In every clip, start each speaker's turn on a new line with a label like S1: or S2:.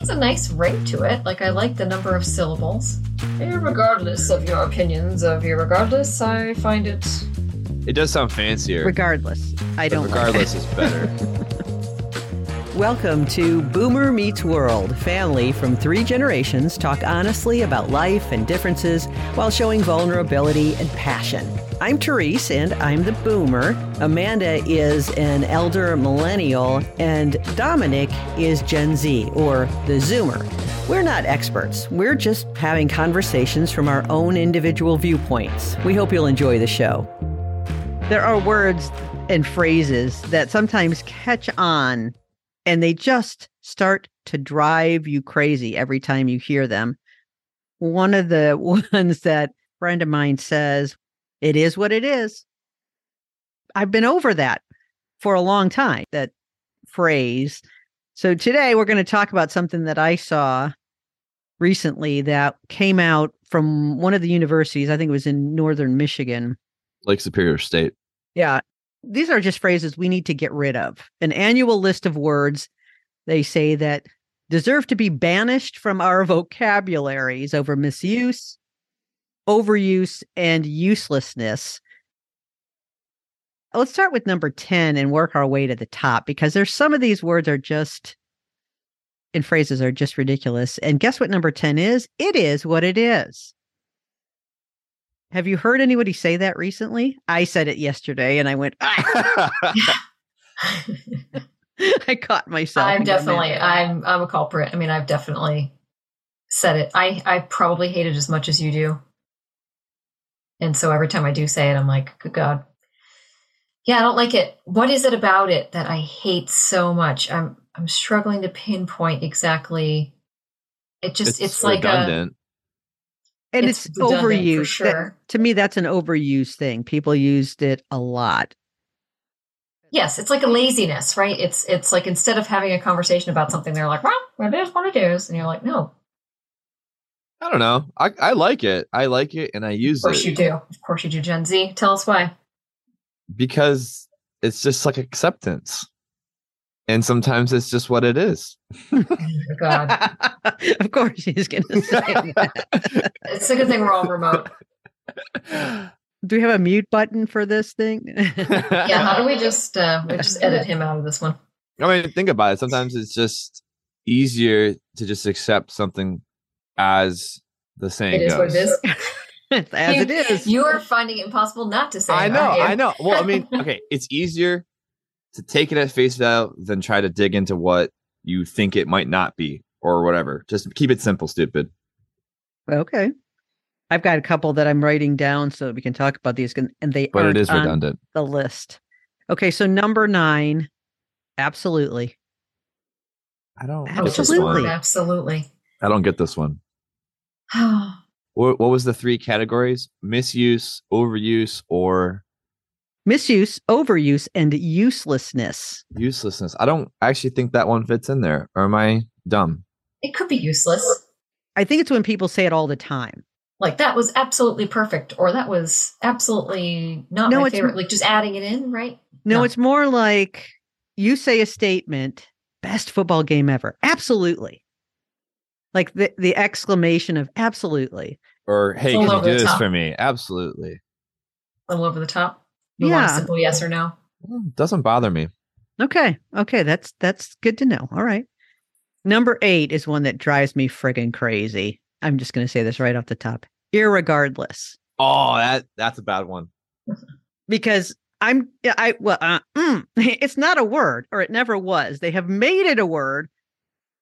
S1: It's a nice ring to it. Like, I like the number of syllables. Regardless of your opinions of irregardless, I find it.
S2: It does sound fancier.
S3: Regardless, I
S2: but
S3: don't. like
S2: regardless is better.
S3: it. Welcome to Boomer Meets World. Family from three generations talk honestly about life and differences while showing vulnerability and passion. I'm Therese, and I'm the boomer. Amanda is an elder millennial, and Dominic is Gen Z or the Zoomer. We're not experts. We're just having conversations from our own individual viewpoints. We hope you'll enjoy the show. there are words and phrases that sometimes catch on and they just start to drive you crazy every time you hear them. One of the ones that a friend of mine says, it is what it is. I've been over that for a long time, that phrase. So today we're going to talk about something that I saw recently that came out from one of the universities. I think it was in Northern Michigan.
S2: Lake Superior State.
S3: Yeah. These are just phrases we need to get rid of. An annual list of words they say that deserve to be banished from our vocabularies over misuse, overuse, and uselessness. Let's start with number 10 and work our way to the top because there's some of these words are just and phrases are just ridiculous. And guess what number 10 is? It is what it is. Have you heard anybody say that recently? I said it yesterday and I went, I caught myself.
S1: I'm
S3: in that.
S1: definitely. I'm. I'm a culprit. I mean, I've definitely said it. I. I probably hate it as much as you do. And so every time I do say it, I'm like, good God. Yeah, I don't like it. What is it about it that I hate so much? I'm. I'm struggling to pinpoint exactly. It just. It's, like a.
S2: redundant.
S3: and it's,
S1: redundant
S3: overused.
S1: for
S3: That-
S1: sure.
S3: to me, that's an overused thing. People used it a lot.
S1: Yes, it's like a laziness, right? It's it's like instead of having a conversation about something, they're like, "Well, it is what it is," and you're like, "No,
S2: I don't know. I, I like it. I like it, and I
S1: of
S2: use
S1: course
S2: it
S1: you do. Of course you do." Gen Z, tell us why.
S2: because it's just like acceptance, and sometimes it's just what it is.
S1: Oh my God,
S3: of course, he's going to say that.
S1: it's a good thing we're all remote.
S3: Do we have a mute button for this thing?
S1: Yeah, how do we just uh, we just edit him out of this one?
S2: I mean, think about it. Sometimes it's just easier to just accept something as the saying
S1: It is
S2: goes.
S1: what it is.
S3: It's As it is.
S1: You are finding it impossible not to say.
S2: I
S1: it,
S2: know,
S1: aren't you?
S2: I know. Well, I mean, okay, it's easier to take it at face value than try to dig into what you think it might not be or whatever. Just keep it simple, stupid.
S3: okay. I've got a couple that I'm writing down so that we can talk about these, and and they
S2: But it
S3: aren't
S2: is
S3: on
S2: redundant.
S3: the list. Okay, so number nine, absolutely.
S2: I don't get this
S3: Absolutely.
S2: one.
S1: absolutely.
S2: I don't get this one. What, what was the three categories? Misuse, overuse, or
S3: Misuse, overuse, and uselessness.
S2: uselessness. I don't actually think that one fits in there. Or am I dumb?
S1: it could be useless.
S3: I think it's when people say it all the time.
S1: Like that was absolutely perfect, or that was absolutely not
S3: No,
S1: my
S3: it's-
S1: favorite. Like just adding it in, right?
S3: No,
S1: No.
S3: it's more like you say a statement, best football game ever. Absolutely. Like the, the exclamation of absolutely.
S2: Or hey,
S1: all
S2: can you
S1: over
S2: do
S1: the
S2: this
S1: top.
S2: for me? Absolutely.
S1: A little over the top. We want a
S3: Yeah.
S1: simple yes or no.
S2: Mm, Doesn't bother me.
S3: Okay. Okay. That's that's good to know. All right. Number eight is one that drives me friggin' crazy. I'm just gonna say this right off the top. Irregardless.
S2: Oh, that that's a bad one.
S3: because I'm yeah, I well uh, mm, it's not a word or it never was. They have made it a word.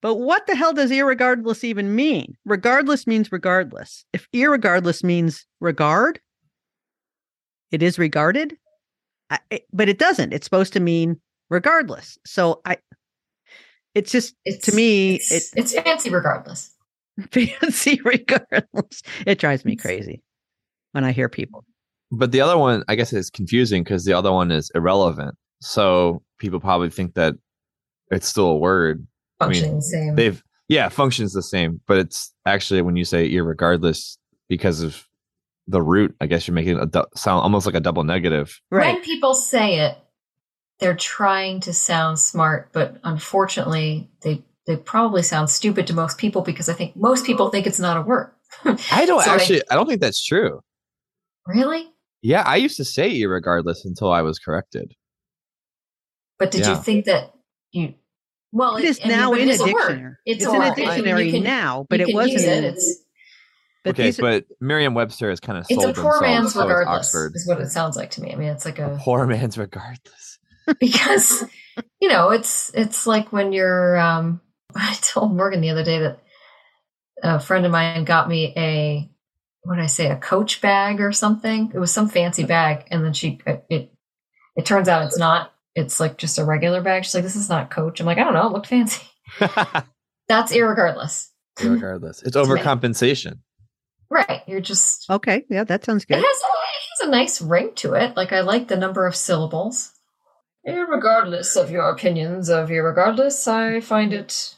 S3: But what the hell does irregardless even mean? Regardless means regardless. If irregardless means regard, it is regarded. I, it- but it doesn't. It's supposed to mean regardless. So I it's just
S1: It's
S3: to me
S1: it's, it's fancy regardless.
S3: it fancy regardless. It drives me crazy when I hear people.
S2: But the other one, I guess, is confusing because the other one is irrelevant. So people probably think that it's still a word. I mean,
S1: Functioning the same.
S2: They've yeah, functions the same, but it's actually when you say irregardless because of the root, I guess you're making a du- sound almost like a double negative.
S3: Right.
S1: When people say it, they're trying to sound smart, but unfortunately, they they probably sound stupid to most people because I think most people think it's not a word.
S2: I don't
S1: So they-
S2: actually. I don't think that's true.
S1: Really?
S2: Yeah, I used to say irregardless until I was corrected.
S1: But did you
S2: Yeah.
S1: think that you? Well,
S3: It is
S1: I mean,
S3: now
S1: but
S3: in
S1: it
S3: a
S1: is word.
S3: dictionary.
S1: It's, a word.
S3: in a
S1: I mean, you
S3: dictionary
S1: can-
S3: now, but
S1: you
S3: it
S1: can
S3: wasn't.
S1: use
S3: in-
S1: it. It's,
S2: okay,
S3: these-
S2: but Merriam-Webster is kind of
S1: it's
S2: sold
S1: a poor
S2: themselves,
S1: man's
S2: so is
S1: regardless.
S2: Oxford.
S1: Is what it sounds like to me. I mean, it's like
S2: A
S1: a
S2: poor man's regardless.
S1: because you know it's it's like when you're um i told morgan the other day that a friend of mine got me a what did i say a coach bag or something it was some fancy bag and then she it it turns out it's not it's like just a regular bag she's like this is not coach i'm like i don't know it looked fancy that's irregardless
S2: regardless, it's
S1: It's me.
S2: overcompensation.
S1: right you're just
S3: okay, yeah, that sounds
S1: it has,
S3: good.
S1: it has a nice ring to it like i like the number of syllables irregardless of your opinions of irregardless i find it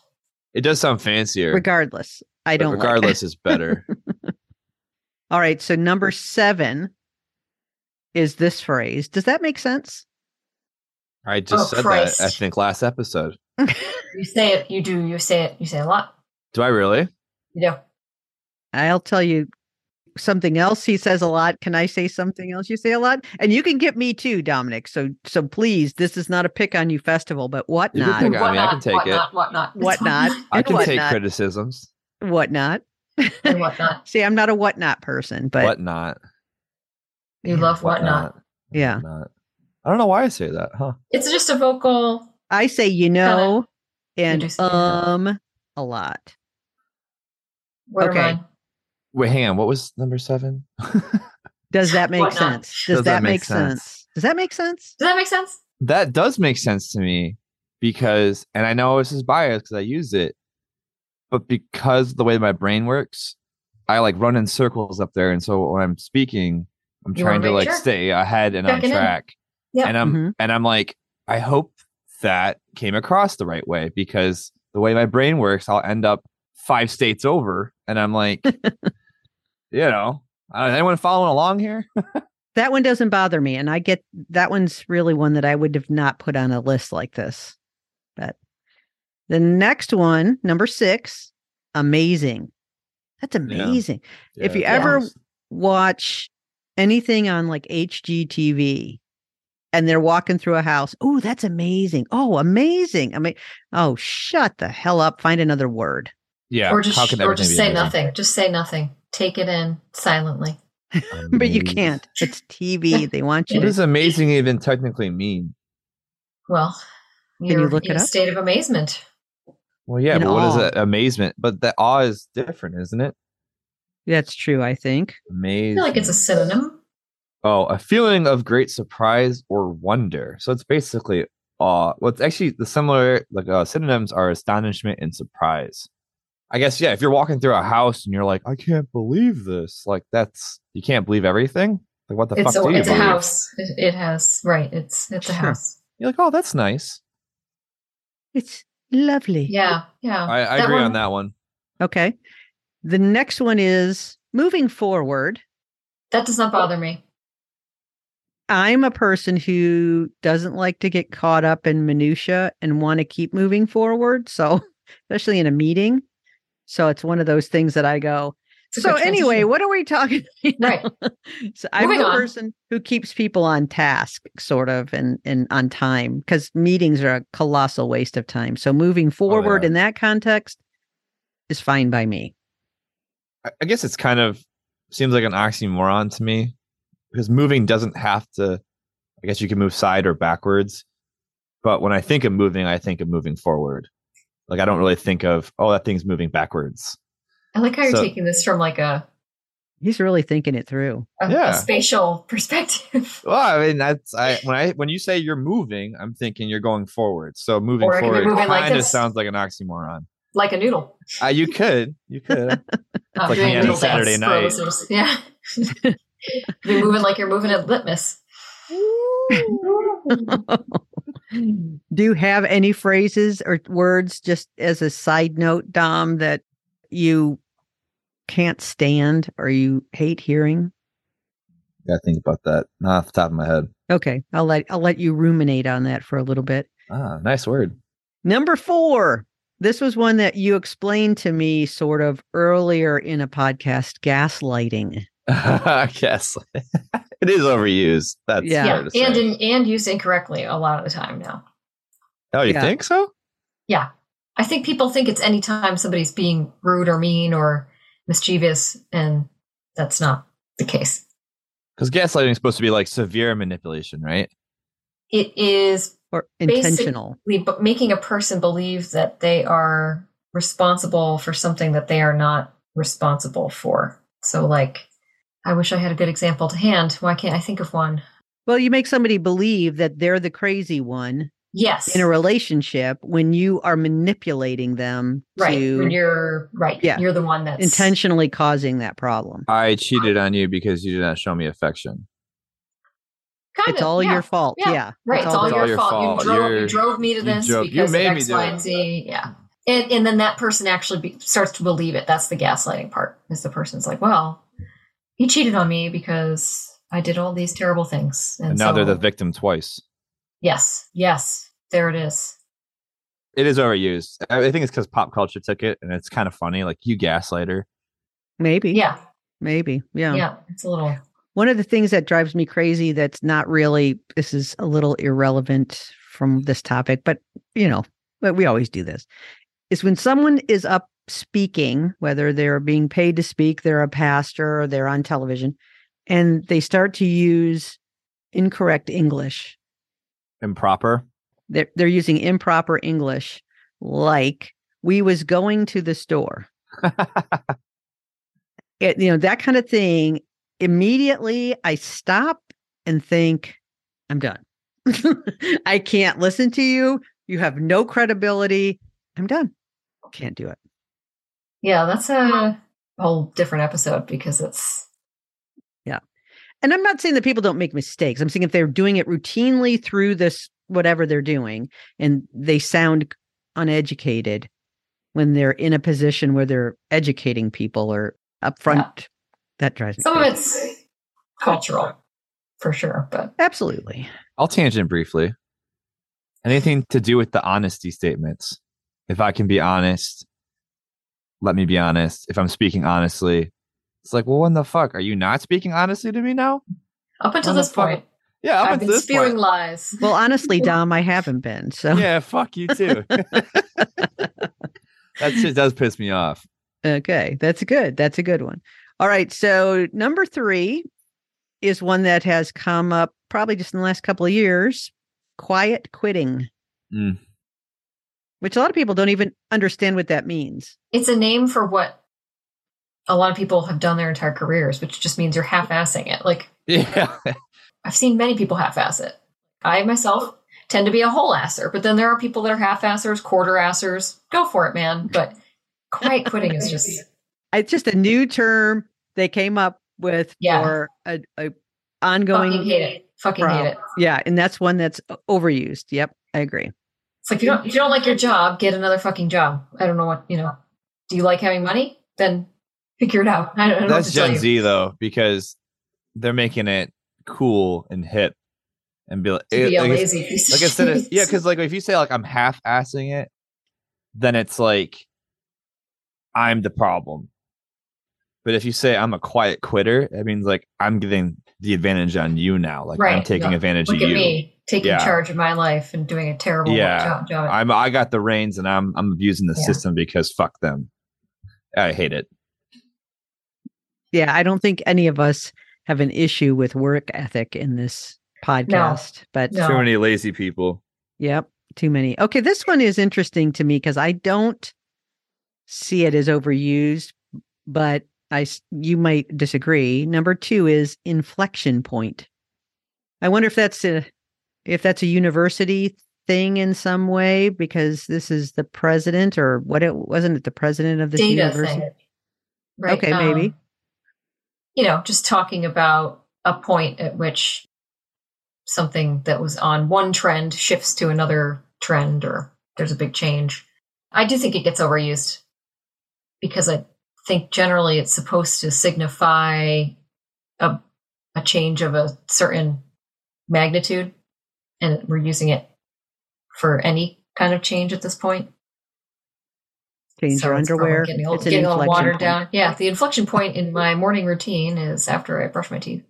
S2: It does sound fancier.
S3: Regardless, I
S2: but
S3: don't. like it.
S2: regardless is better.
S3: All right, so number seven is this phrase. Does that make sense?
S2: I just
S1: Oh,
S2: said
S1: Christ.
S2: that. I think last episode.
S1: You say it, you do, you say it, you say a lot.
S2: Do I really?
S1: You know,
S3: I'll tell you something else he says a lot. Can I say something else you say a lot? And you can get me too, Dominic. So so please, this is not a pick on you festival, but
S2: You can
S3: whatnot.
S2: pick on- I mean, I can take
S1: whatnot, whatnot,
S3: Whatnot.
S2: I
S3: And
S2: can take
S3: whatnot.
S2: criticisms,
S3: whatnot.
S1: and whatnot.
S3: See, I'm not a whatnot person, but
S2: whatnot,
S1: You love whatnot.
S3: yeah.
S2: whatnot. I don't know why I say that, huh?
S1: It's just a vocal.
S3: I say you know and
S1: do say that.
S3: um a lot.
S1: What
S3: Okay.
S1: okay. Mine?
S2: Wait, hang on. What was number seven?
S3: Does that make
S1: Whatnot.
S3: sense? Does, that, make sense? Does that make sense?
S1: Does that make sense?
S2: that does make sense to me because, and I know this is biased because I use it, but because the way my brain works, I like run in circles up there, and so when I'm speaking, I'm
S1: You wanna
S2: trying to
S1: make
S2: like
S1: sure.
S2: stay ahead and
S1: Checking in.
S2: on track.
S1: Yeah.
S2: and I'm
S3: Mhm.
S2: and I'm like, I hope that came across the right way because the way my brain works, I'll end up five states over, and I'm like, you know, uh, anyone following along here?
S3: That one doesn't bother me. And I get that one's really one that I would have not put on a list like this. But the next one, number six, amazing. That's amazing. If you
S2: Yeah,
S1: ever-
S2: it's-
S3: Watch anything on like HGTV and they're walking through a house. Oh, that's amazing. Oh, amazing. I mean, oh, shut the hell up. Find another word.
S2: yeah,
S1: or just,
S2: how can
S1: or
S2: everything
S1: just
S2: be
S1: say
S2: amazing?
S1: nothing. Just say nothing. Take it in silently.
S3: But you
S2: Amazing.
S3: can't. It's TV. They want you
S2: What
S3: to
S2: does amazing even technically mean?
S1: Well,
S3: you
S1: you're
S3: look
S1: in
S3: it
S1: a
S3: up?
S1: state of amazement.
S2: Well, yeah,
S3: In
S2: but what is
S3: awe.
S2: that amazement? But the awe is different, isn't it?
S3: That's true, I think.
S1: I
S2: Amazing.
S1: feel like it's a synonym.
S2: oh, a feeling of great surprise or wonder. So it's basically awe. Well, it's actually the similar like uh, synonyms are astonishment and surprise. I guess yeah. If you're walking through a house and you're like, I can't believe this. Like that's you can't believe everything. Like what the
S1: It's
S2: fuck
S1: a,
S2: do you
S1: it's a
S2: believe?
S1: house. It, it has right. It's it's a
S3: Sure.
S1: house.
S2: You're like, oh, that's nice.
S3: It's lovely.
S1: Yeah, yeah.
S2: I, I
S1: That
S2: agree
S1: one-
S2: on that one.
S3: Okay. The next one is moving forward.
S1: That does not bother me.
S3: I'm a person who doesn't like to get caught up in minutia and want to keep moving forward. So, especially in a meeting. So, it's one of those things that I go,
S1: It's a
S3: so
S1: good
S3: anyway,
S1: transition.
S3: what are we talking you know?
S1: Right.
S3: So I'm
S1: Moving
S3: the
S1: on.
S3: person who keeps people on task, sort of, and and on time because meetings are a colossal waste of time. So
S1: Oh,
S3: moving forward
S2: yeah.
S3: in that context is fine by me.
S2: I- I guess it's kind of seems like an oxymoron to me because moving doesn't have to. I guess you can move side or backwards, but when I think of moving, I think of moving forward. Like I don't really think of oh that thing's moving backwards.
S1: I like how you're
S2: So-
S1: taking this from like a
S3: He's really thinking it through.
S1: a,
S2: Yeah.
S1: a spatial perspective.
S2: Well, I mean that's I when I when you say you're moving, I'm thinking you're going forward. So moving
S1: Or it could be
S2: forward
S1: moving
S2: kind
S1: like
S2: of
S1: this.
S2: sounds like an oxymoron.
S1: like a noodle.
S2: Uh, you could, you could.
S1: I'm
S2: like me on a Saturday
S1: for our
S2: night.
S1: listeners. Yeah. you're moving like you're moving at litmus.
S3: Do you have any phrases or words, just as a side note, Dom, that you can't stand or you hate hearing?
S2: Gotta think about that. Not off the top of my head.
S3: Okay, I'll let I'll let you ruminate on that for a little bit.
S2: Ah, nice word.
S3: Number four, This was one that you explained to me sort of earlier in a podcast gaslighting.
S2: I guess it is overused. That's
S3: Yeah.
S2: fair
S1: yeah,
S2: to say.
S1: and in, and used incorrectly a lot of the time now.
S2: oh, you
S3: Yeah.
S2: think so?
S1: I think people think it's any time somebody's being rude or mean or mischievous, and that's not the case.
S2: Because gaslighting is supposed to be like severe manipulation, right?
S1: It is
S3: Or
S1: Basic-
S3: intentional.
S1: we- but making a person believe that they are responsible for something that they are not responsible for. So, like, I wish I had a good example to hand. Why can't I think of one?
S3: Well, you make somebody believe that they're the crazy one
S1: Yes,
S3: in a relationship when you are manipulating them
S1: right. When
S3: to
S1: you're right,
S3: Yeah.
S1: you're the one that's
S3: intentionally causing that problem.
S2: I cheated on you because you did not show me affection.
S1: Kind
S3: It's
S1: of,
S3: all
S1: yeah,
S3: your fault.
S1: yeah.
S3: Yeah.
S1: Right, it's all, your, fault. You drove,
S2: You're-
S1: you drove me to
S2: you
S1: this
S2: drove- you
S1: because
S2: made
S1: of
S2: me
S1: X,
S2: do
S1: Y,
S2: it.
S1: and Z. Yeah, and and then that person actually be, starts to believe it. That's the gaslighting part. Is the person's like, well, he cheated on me because I did all these terrible things,
S2: And, now they're
S1: so-
S2: the victim twice.
S1: Yes, yes, there it is.
S2: It is overused. I I think it's because pop culture took it, and it's kind of funny. Like you gaslighter.
S3: Maybe.
S1: Yeah,
S3: Maybe.
S1: yeah, it's a little.
S3: One of the things that drives me crazy that's not really, this is a little irrelevant from this topic, but you know, but we always do this, is when someone is up speaking, whether they're being paid to speak, they're a pastor, or they're on television, and they start to use incorrect English.
S2: improper.
S3: They're, they're using improper English, like we was going to the store. it, you know that kind of thing immediately i stop and think i'm done i can't listen to you you have no credibility i'm done can't do it
S1: Yeah, that's a whole different episode because it's
S3: and i'm not saying that people don't make mistakes i'm saying if they're doing it routinely through this whatever they're doing and they sound uneducated when they're in a position where they're educating people or upfront that drives me
S1: some of
S3: crazy.
S1: it's cultural for sure, but
S3: absolutely
S2: I'll tangent briefly. Anything to do with the honesty statements. If I can be honest, let me be honest. If I'm speaking honestly, it's like, well, when the fuck are you not speaking honestly to me now?
S1: up until
S2: Well, the
S1: this
S2: fuck-
S1: point,
S2: Yeah, up
S1: I've
S2: until
S1: been
S2: this
S1: spewing
S2: point.
S1: lies.
S3: Well, honestly, Dom, I haven't been. So
S2: Yeah, fuck you too. that shit does piss me off.
S3: okay, that's good. That's a good one. All right. So number three is one that has come up probably just in the last couple of years. Quiet quitting.
S2: Mm.
S3: Which a lot of people don't even understand what that means.
S1: it's a name for what a lot of people have done their entire careers, which just means you're half-assing it. Like
S2: Yeah.
S1: I've seen many people half-ass it. I myself tend to be a whole-asser, but then there are people that are half-assers, quarter-assers. Go for it, man. But quiet quitting is just
S3: It's just a new term they came up with
S1: Yeah.
S3: for a, a
S1: fucking
S3: ongoing.
S1: hate it. Fucking hate it.
S3: Yeah, and that's one that's overused. Yep, I agree.
S1: It's like if you don't if you don't like your job, get another fucking job. I don't know what you know. Do you like having money? Then figure it out. I don't, I don't know.
S2: That's
S1: what to tell
S2: Gen
S1: you.
S2: Z though, because they're making it cool and hip and be like,
S1: To be a
S2: like, it's-
S1: lazy piece
S2: like
S1: of
S2: I said, it-
S1: shit.
S2: yeah, because like if you say like I'm half assing it, then it's like I'm the problem. But if you say I'm a quiet quitter, that means like I'm getting the advantage on you now. Like I'm
S1: Right,
S2: taking
S1: yeah.
S2: advantage
S1: look
S2: of
S1: at
S2: you.
S1: me taking
S2: Yeah.
S1: charge of my life and doing a terrible
S2: Yeah.
S1: job. job.
S2: I'm I got the reins and I'm I'm abusing the
S1: Yeah.
S2: system because fuck them. I hate it.
S3: Yeah, I don't think any of us have an issue with work ethic in this podcast, but
S1: No.
S2: Too many lazy people.
S3: yep, too many. Okay, this one is interesting to me because I don't see it as overused, but I s- you might disagree. Number 2 is inflection point. I wonder if that's a if that's a university thing in some way because this is the president or what it wasn't it the president of this
S1: data
S3: university.
S1: thing. Right. Um,
S3: Okay, maybe.
S1: You know, just talking about a point at which something that was on one trend shifts to another trend or there's a big change. I do think it gets overused because I think generally it's supposed to signify a, a change of a certain magnitude. And we're using it for any kind of change at this point.
S3: Change your
S1: it's probably
S3: underwear.
S1: Getting old,
S3: It's an
S1: getting all
S3: inflection
S1: watered
S3: point.
S1: down. Yeah, the inflection point in my morning routine is after I brush my teeth.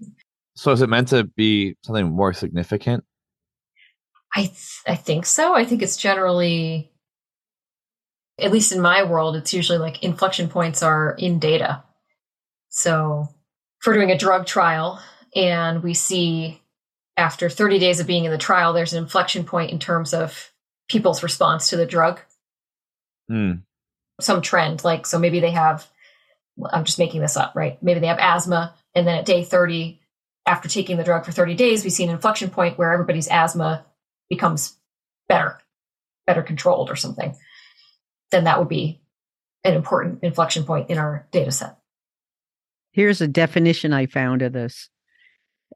S2: So is it meant to be something more significant?
S1: I th- I think so. I think it's generally, at least in my world, it's usually like inflection points are in data. So, if we're doing a drug trial, and we see after 30 days of being in the trial, there's an inflection point in terms of people's response to the drug.
S2: Hmm.
S1: some trend. Like, so maybe they have, I'm just making this up, right? Maybe they have asthma. And then at day 30, after taking the drug for 30 days, we see an inflection point where everybody's asthma becomes better, better controlled or something. Then that would be an important inflection point in our data set.
S3: Here's a definition I found of this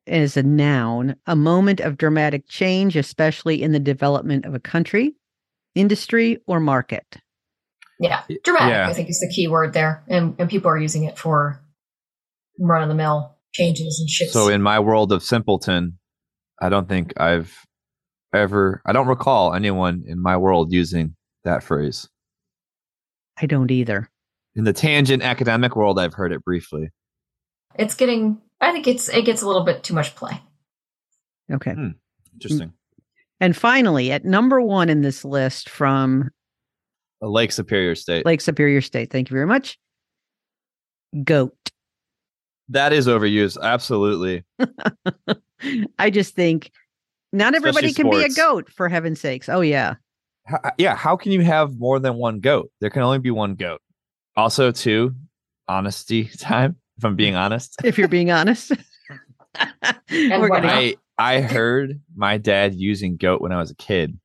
S3: as a noun a moment of dramatic change, especially in the development of a country, industry, or market.
S1: Yeah. Dramatic,
S2: Yeah.
S1: I think, is the key word there. And, and people are using it for run of the mill changes and shifts.
S2: So in my world of simpleton, I don't think I've ever I don't recall anyone in my world using that phrase.
S3: I don't either.
S2: In the tangent academic world, I've heard it briefly.
S1: it's getting, I think it's, it gets a little bit too much play.
S2: Mm.
S3: Okay.
S2: Interesting.
S3: And finally, at number one in this list from
S2: A Lake Superior State.
S3: Lake Superior State, thank you very much. Goat.
S2: that is overused. Absolutely.
S3: I just think not everybody
S2: Especially
S3: can be a
S2: sports.
S3: goat, for heaven's sakes. Oh, yeah.
S2: H- uh, yeah. How can you have more than one goat? There can only be one goat. Also, too, honesty time. If I'm being honest,
S3: If you're being honest. We're
S1: what
S3: gonna
S1: else?
S2: I I heard my dad using goat when I was a kid,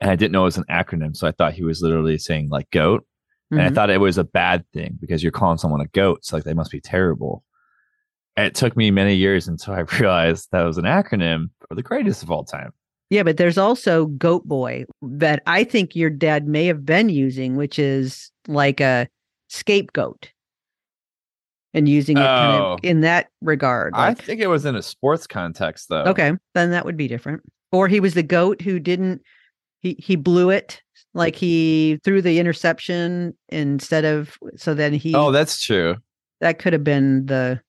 S2: and I didn't know it was an acronym, so I thought he was literally saying like goat, and I
S3: Mhm.
S2: thought it was a bad thing because you're calling someone a goat, so like they must be terrible. And it took me many years until I realized that was an acronym for the greatest of all time.
S3: Yeah, but there's also Goat Boy that I think your dad may have been using, which is like a scapegoat and using it kind
S2: Oh.
S3: of in that regard.
S2: I
S3: like-
S2: think it was in a sports context though.
S3: Okay, then that would be different. Or he was the goat who didn't he he blew it like he threw the interception instead of so then he
S2: Oh, that's true.
S3: that could have been the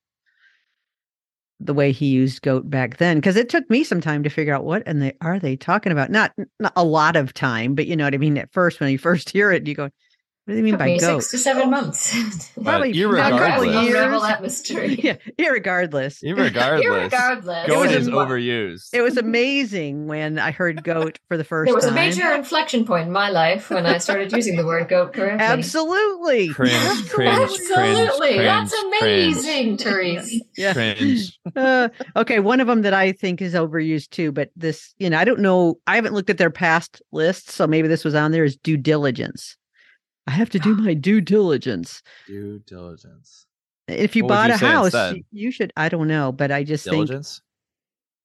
S3: the way he used goat back then because it took me some time to figure out what and they are they talking about not, not a lot of time but you know what i mean at first when you first hear it you go what do they mean
S1: Took
S3: by
S1: me
S3: goat
S1: six to seven months.
S2: But
S3: Probably
S1: Now, guys,
S2: irregardless-
S3: Regardless.
S1: unravel that mystery.
S3: yeah irregardless
S2: Irregardless,
S1: Irregardless.
S2: goat
S3: It was
S2: is
S3: a-
S2: overused.
S3: it was amazing when i heard goat for the first
S1: There was a
S3: time
S1: major inflection point in my life when I started using the word goat correctly.
S3: absolutely
S2: Cringe, cringe,
S1: Absolutely. That's
S2: cringe,
S1: amazing, Therese.
S3: Yeah.
S2: Cringe.
S3: uh, okay, one of them that I think is overused too, but this, you know, I don't know. I haven't looked at their past lists, so maybe this was on there is due diligence. I have to do my due diligence.
S2: Due diligence.
S3: If you
S2: What would
S3: bought
S2: you
S3: a
S2: say
S3: house,
S2: instead?
S3: you, you should. I don't know, but I just think
S2: Diligence?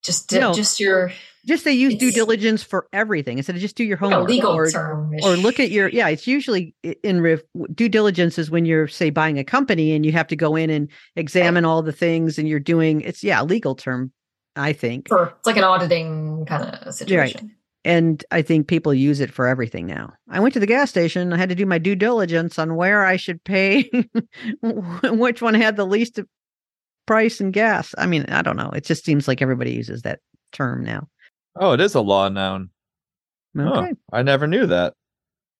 S1: Just,
S3: No.
S1: just your
S3: just they use due
S1: It's-
S3: diligence for everything instead of just do your
S1: you know,
S3: homework
S1: legal
S3: or,
S1: term.
S3: or look at your. Yeah, it's usually i- in re- due diligence is when you're say buying a company and you have to go in and examine all the things and you're doing. It's yeah, a legal term. I think.
S1: for it's like an auditing kind of situation.
S3: And I think people use it for everything now. I went to the gas station. I had to do my due diligence on where I should pay, which one had the least price in gas. I mean, I don't know. It just seems like everybody uses that term now.
S2: Oh, it is a law noun. Huh.
S3: Okay.
S2: I never knew that.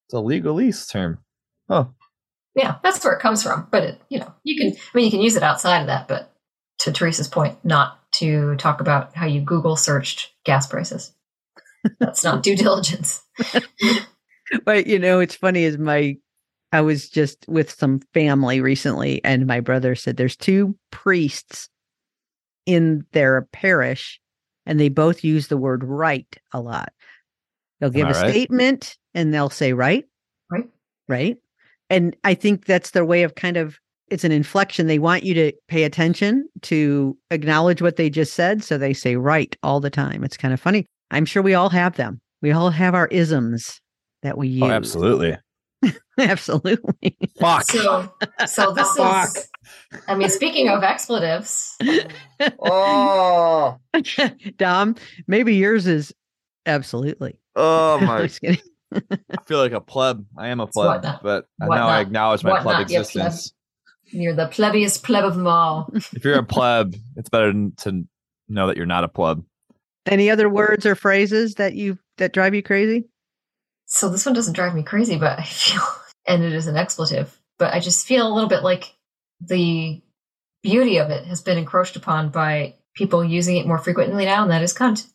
S2: It's a legalese term. Huh. Oh,
S1: Yeah, that's where it comes from. But it, you know, you can. I mean, you can use it outside of that. But to Teresa's point, not to talk about how you Google searched gas prices. That's not due diligence.
S3: But you know, it's funny is my I was just with some family recently and my brother said there's two priests in their parish and they both use the word right a lot. They'll give
S2: I
S3: a
S2: right?
S3: statement and they'll say right.
S1: Right.
S3: Right? And I think that's their way of kind of it's an inflection they want you to pay attention to acknowledge what they just said so they say right all the time. It's kind of funny. I'm sure we all have them. We all have our isms that we use.
S2: Oh, absolutely.
S3: Absolutely.
S2: Fuck.
S1: So, so this
S2: Fuck.
S1: is. I mean, speaking of expletives,
S2: oh.
S3: Dom, maybe yours is absolutely.
S2: Oh
S3: Just kidding.
S2: I feel like a pleb. I am a pleb,
S1: whatnot.
S2: but I now
S1: Whatnot.
S2: I acknowledge my pleb
S1: Whatnot, yeah, pleb.
S2: existence.
S1: You're the plebiest pleb of them all.
S2: if you're a pleb, it's better n- to know that you're not a pleb.
S4: Any other words or phrases that you that drive you crazy?
S1: So this one doesn't drive me crazy, but I feel, and it is an expletive, but I just feel a little bit like the beauty of it has been encroached upon by people using it more frequently now, and that is cunt.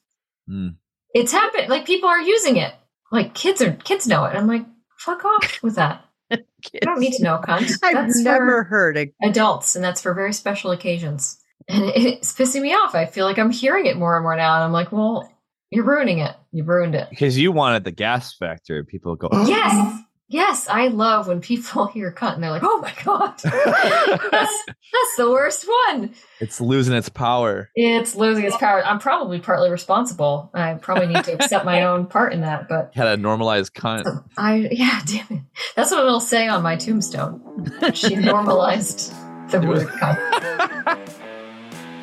S2: Hmm.
S1: It's happened. Like people are using it. Like kids are kids know it. I'm like, fuck off with that. I don't need to know cunt.
S4: I've
S1: That's for
S4: never heard a
S1: adults, and that's for very special occasions. And it- it's pissing me off. I feel like I'm hearing it more and more now, and I'm like, well, you're ruining it. You've ruined it.
S2: Because you wanted the gas factor, people go.
S1: Yes. Yes, I love when people hear cunt and they're like, oh my God. that's, that's the worst one.
S2: It's losing its power.
S1: It's losing its power. I'm probably partly responsible. I probably need to accept my own part in that, but
S2: Had a normalized cunt.
S1: I, yeah, damn it. That's what it'll say on my tombstone. She normalized the
S2: It was-
S1: word cunt.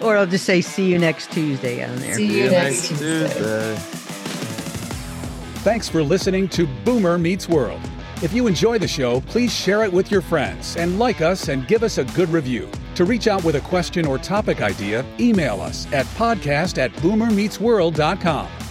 S4: or I'll just say see you next Tuesday on there.
S1: See you next Tuesday.
S5: Thanks for listening to Boomer Meets World. If you enjoy the show, please share it with your friends and like us and give us a good review. To reach out with a question or topic idea, email us at podcast at boomermeetsworld.com.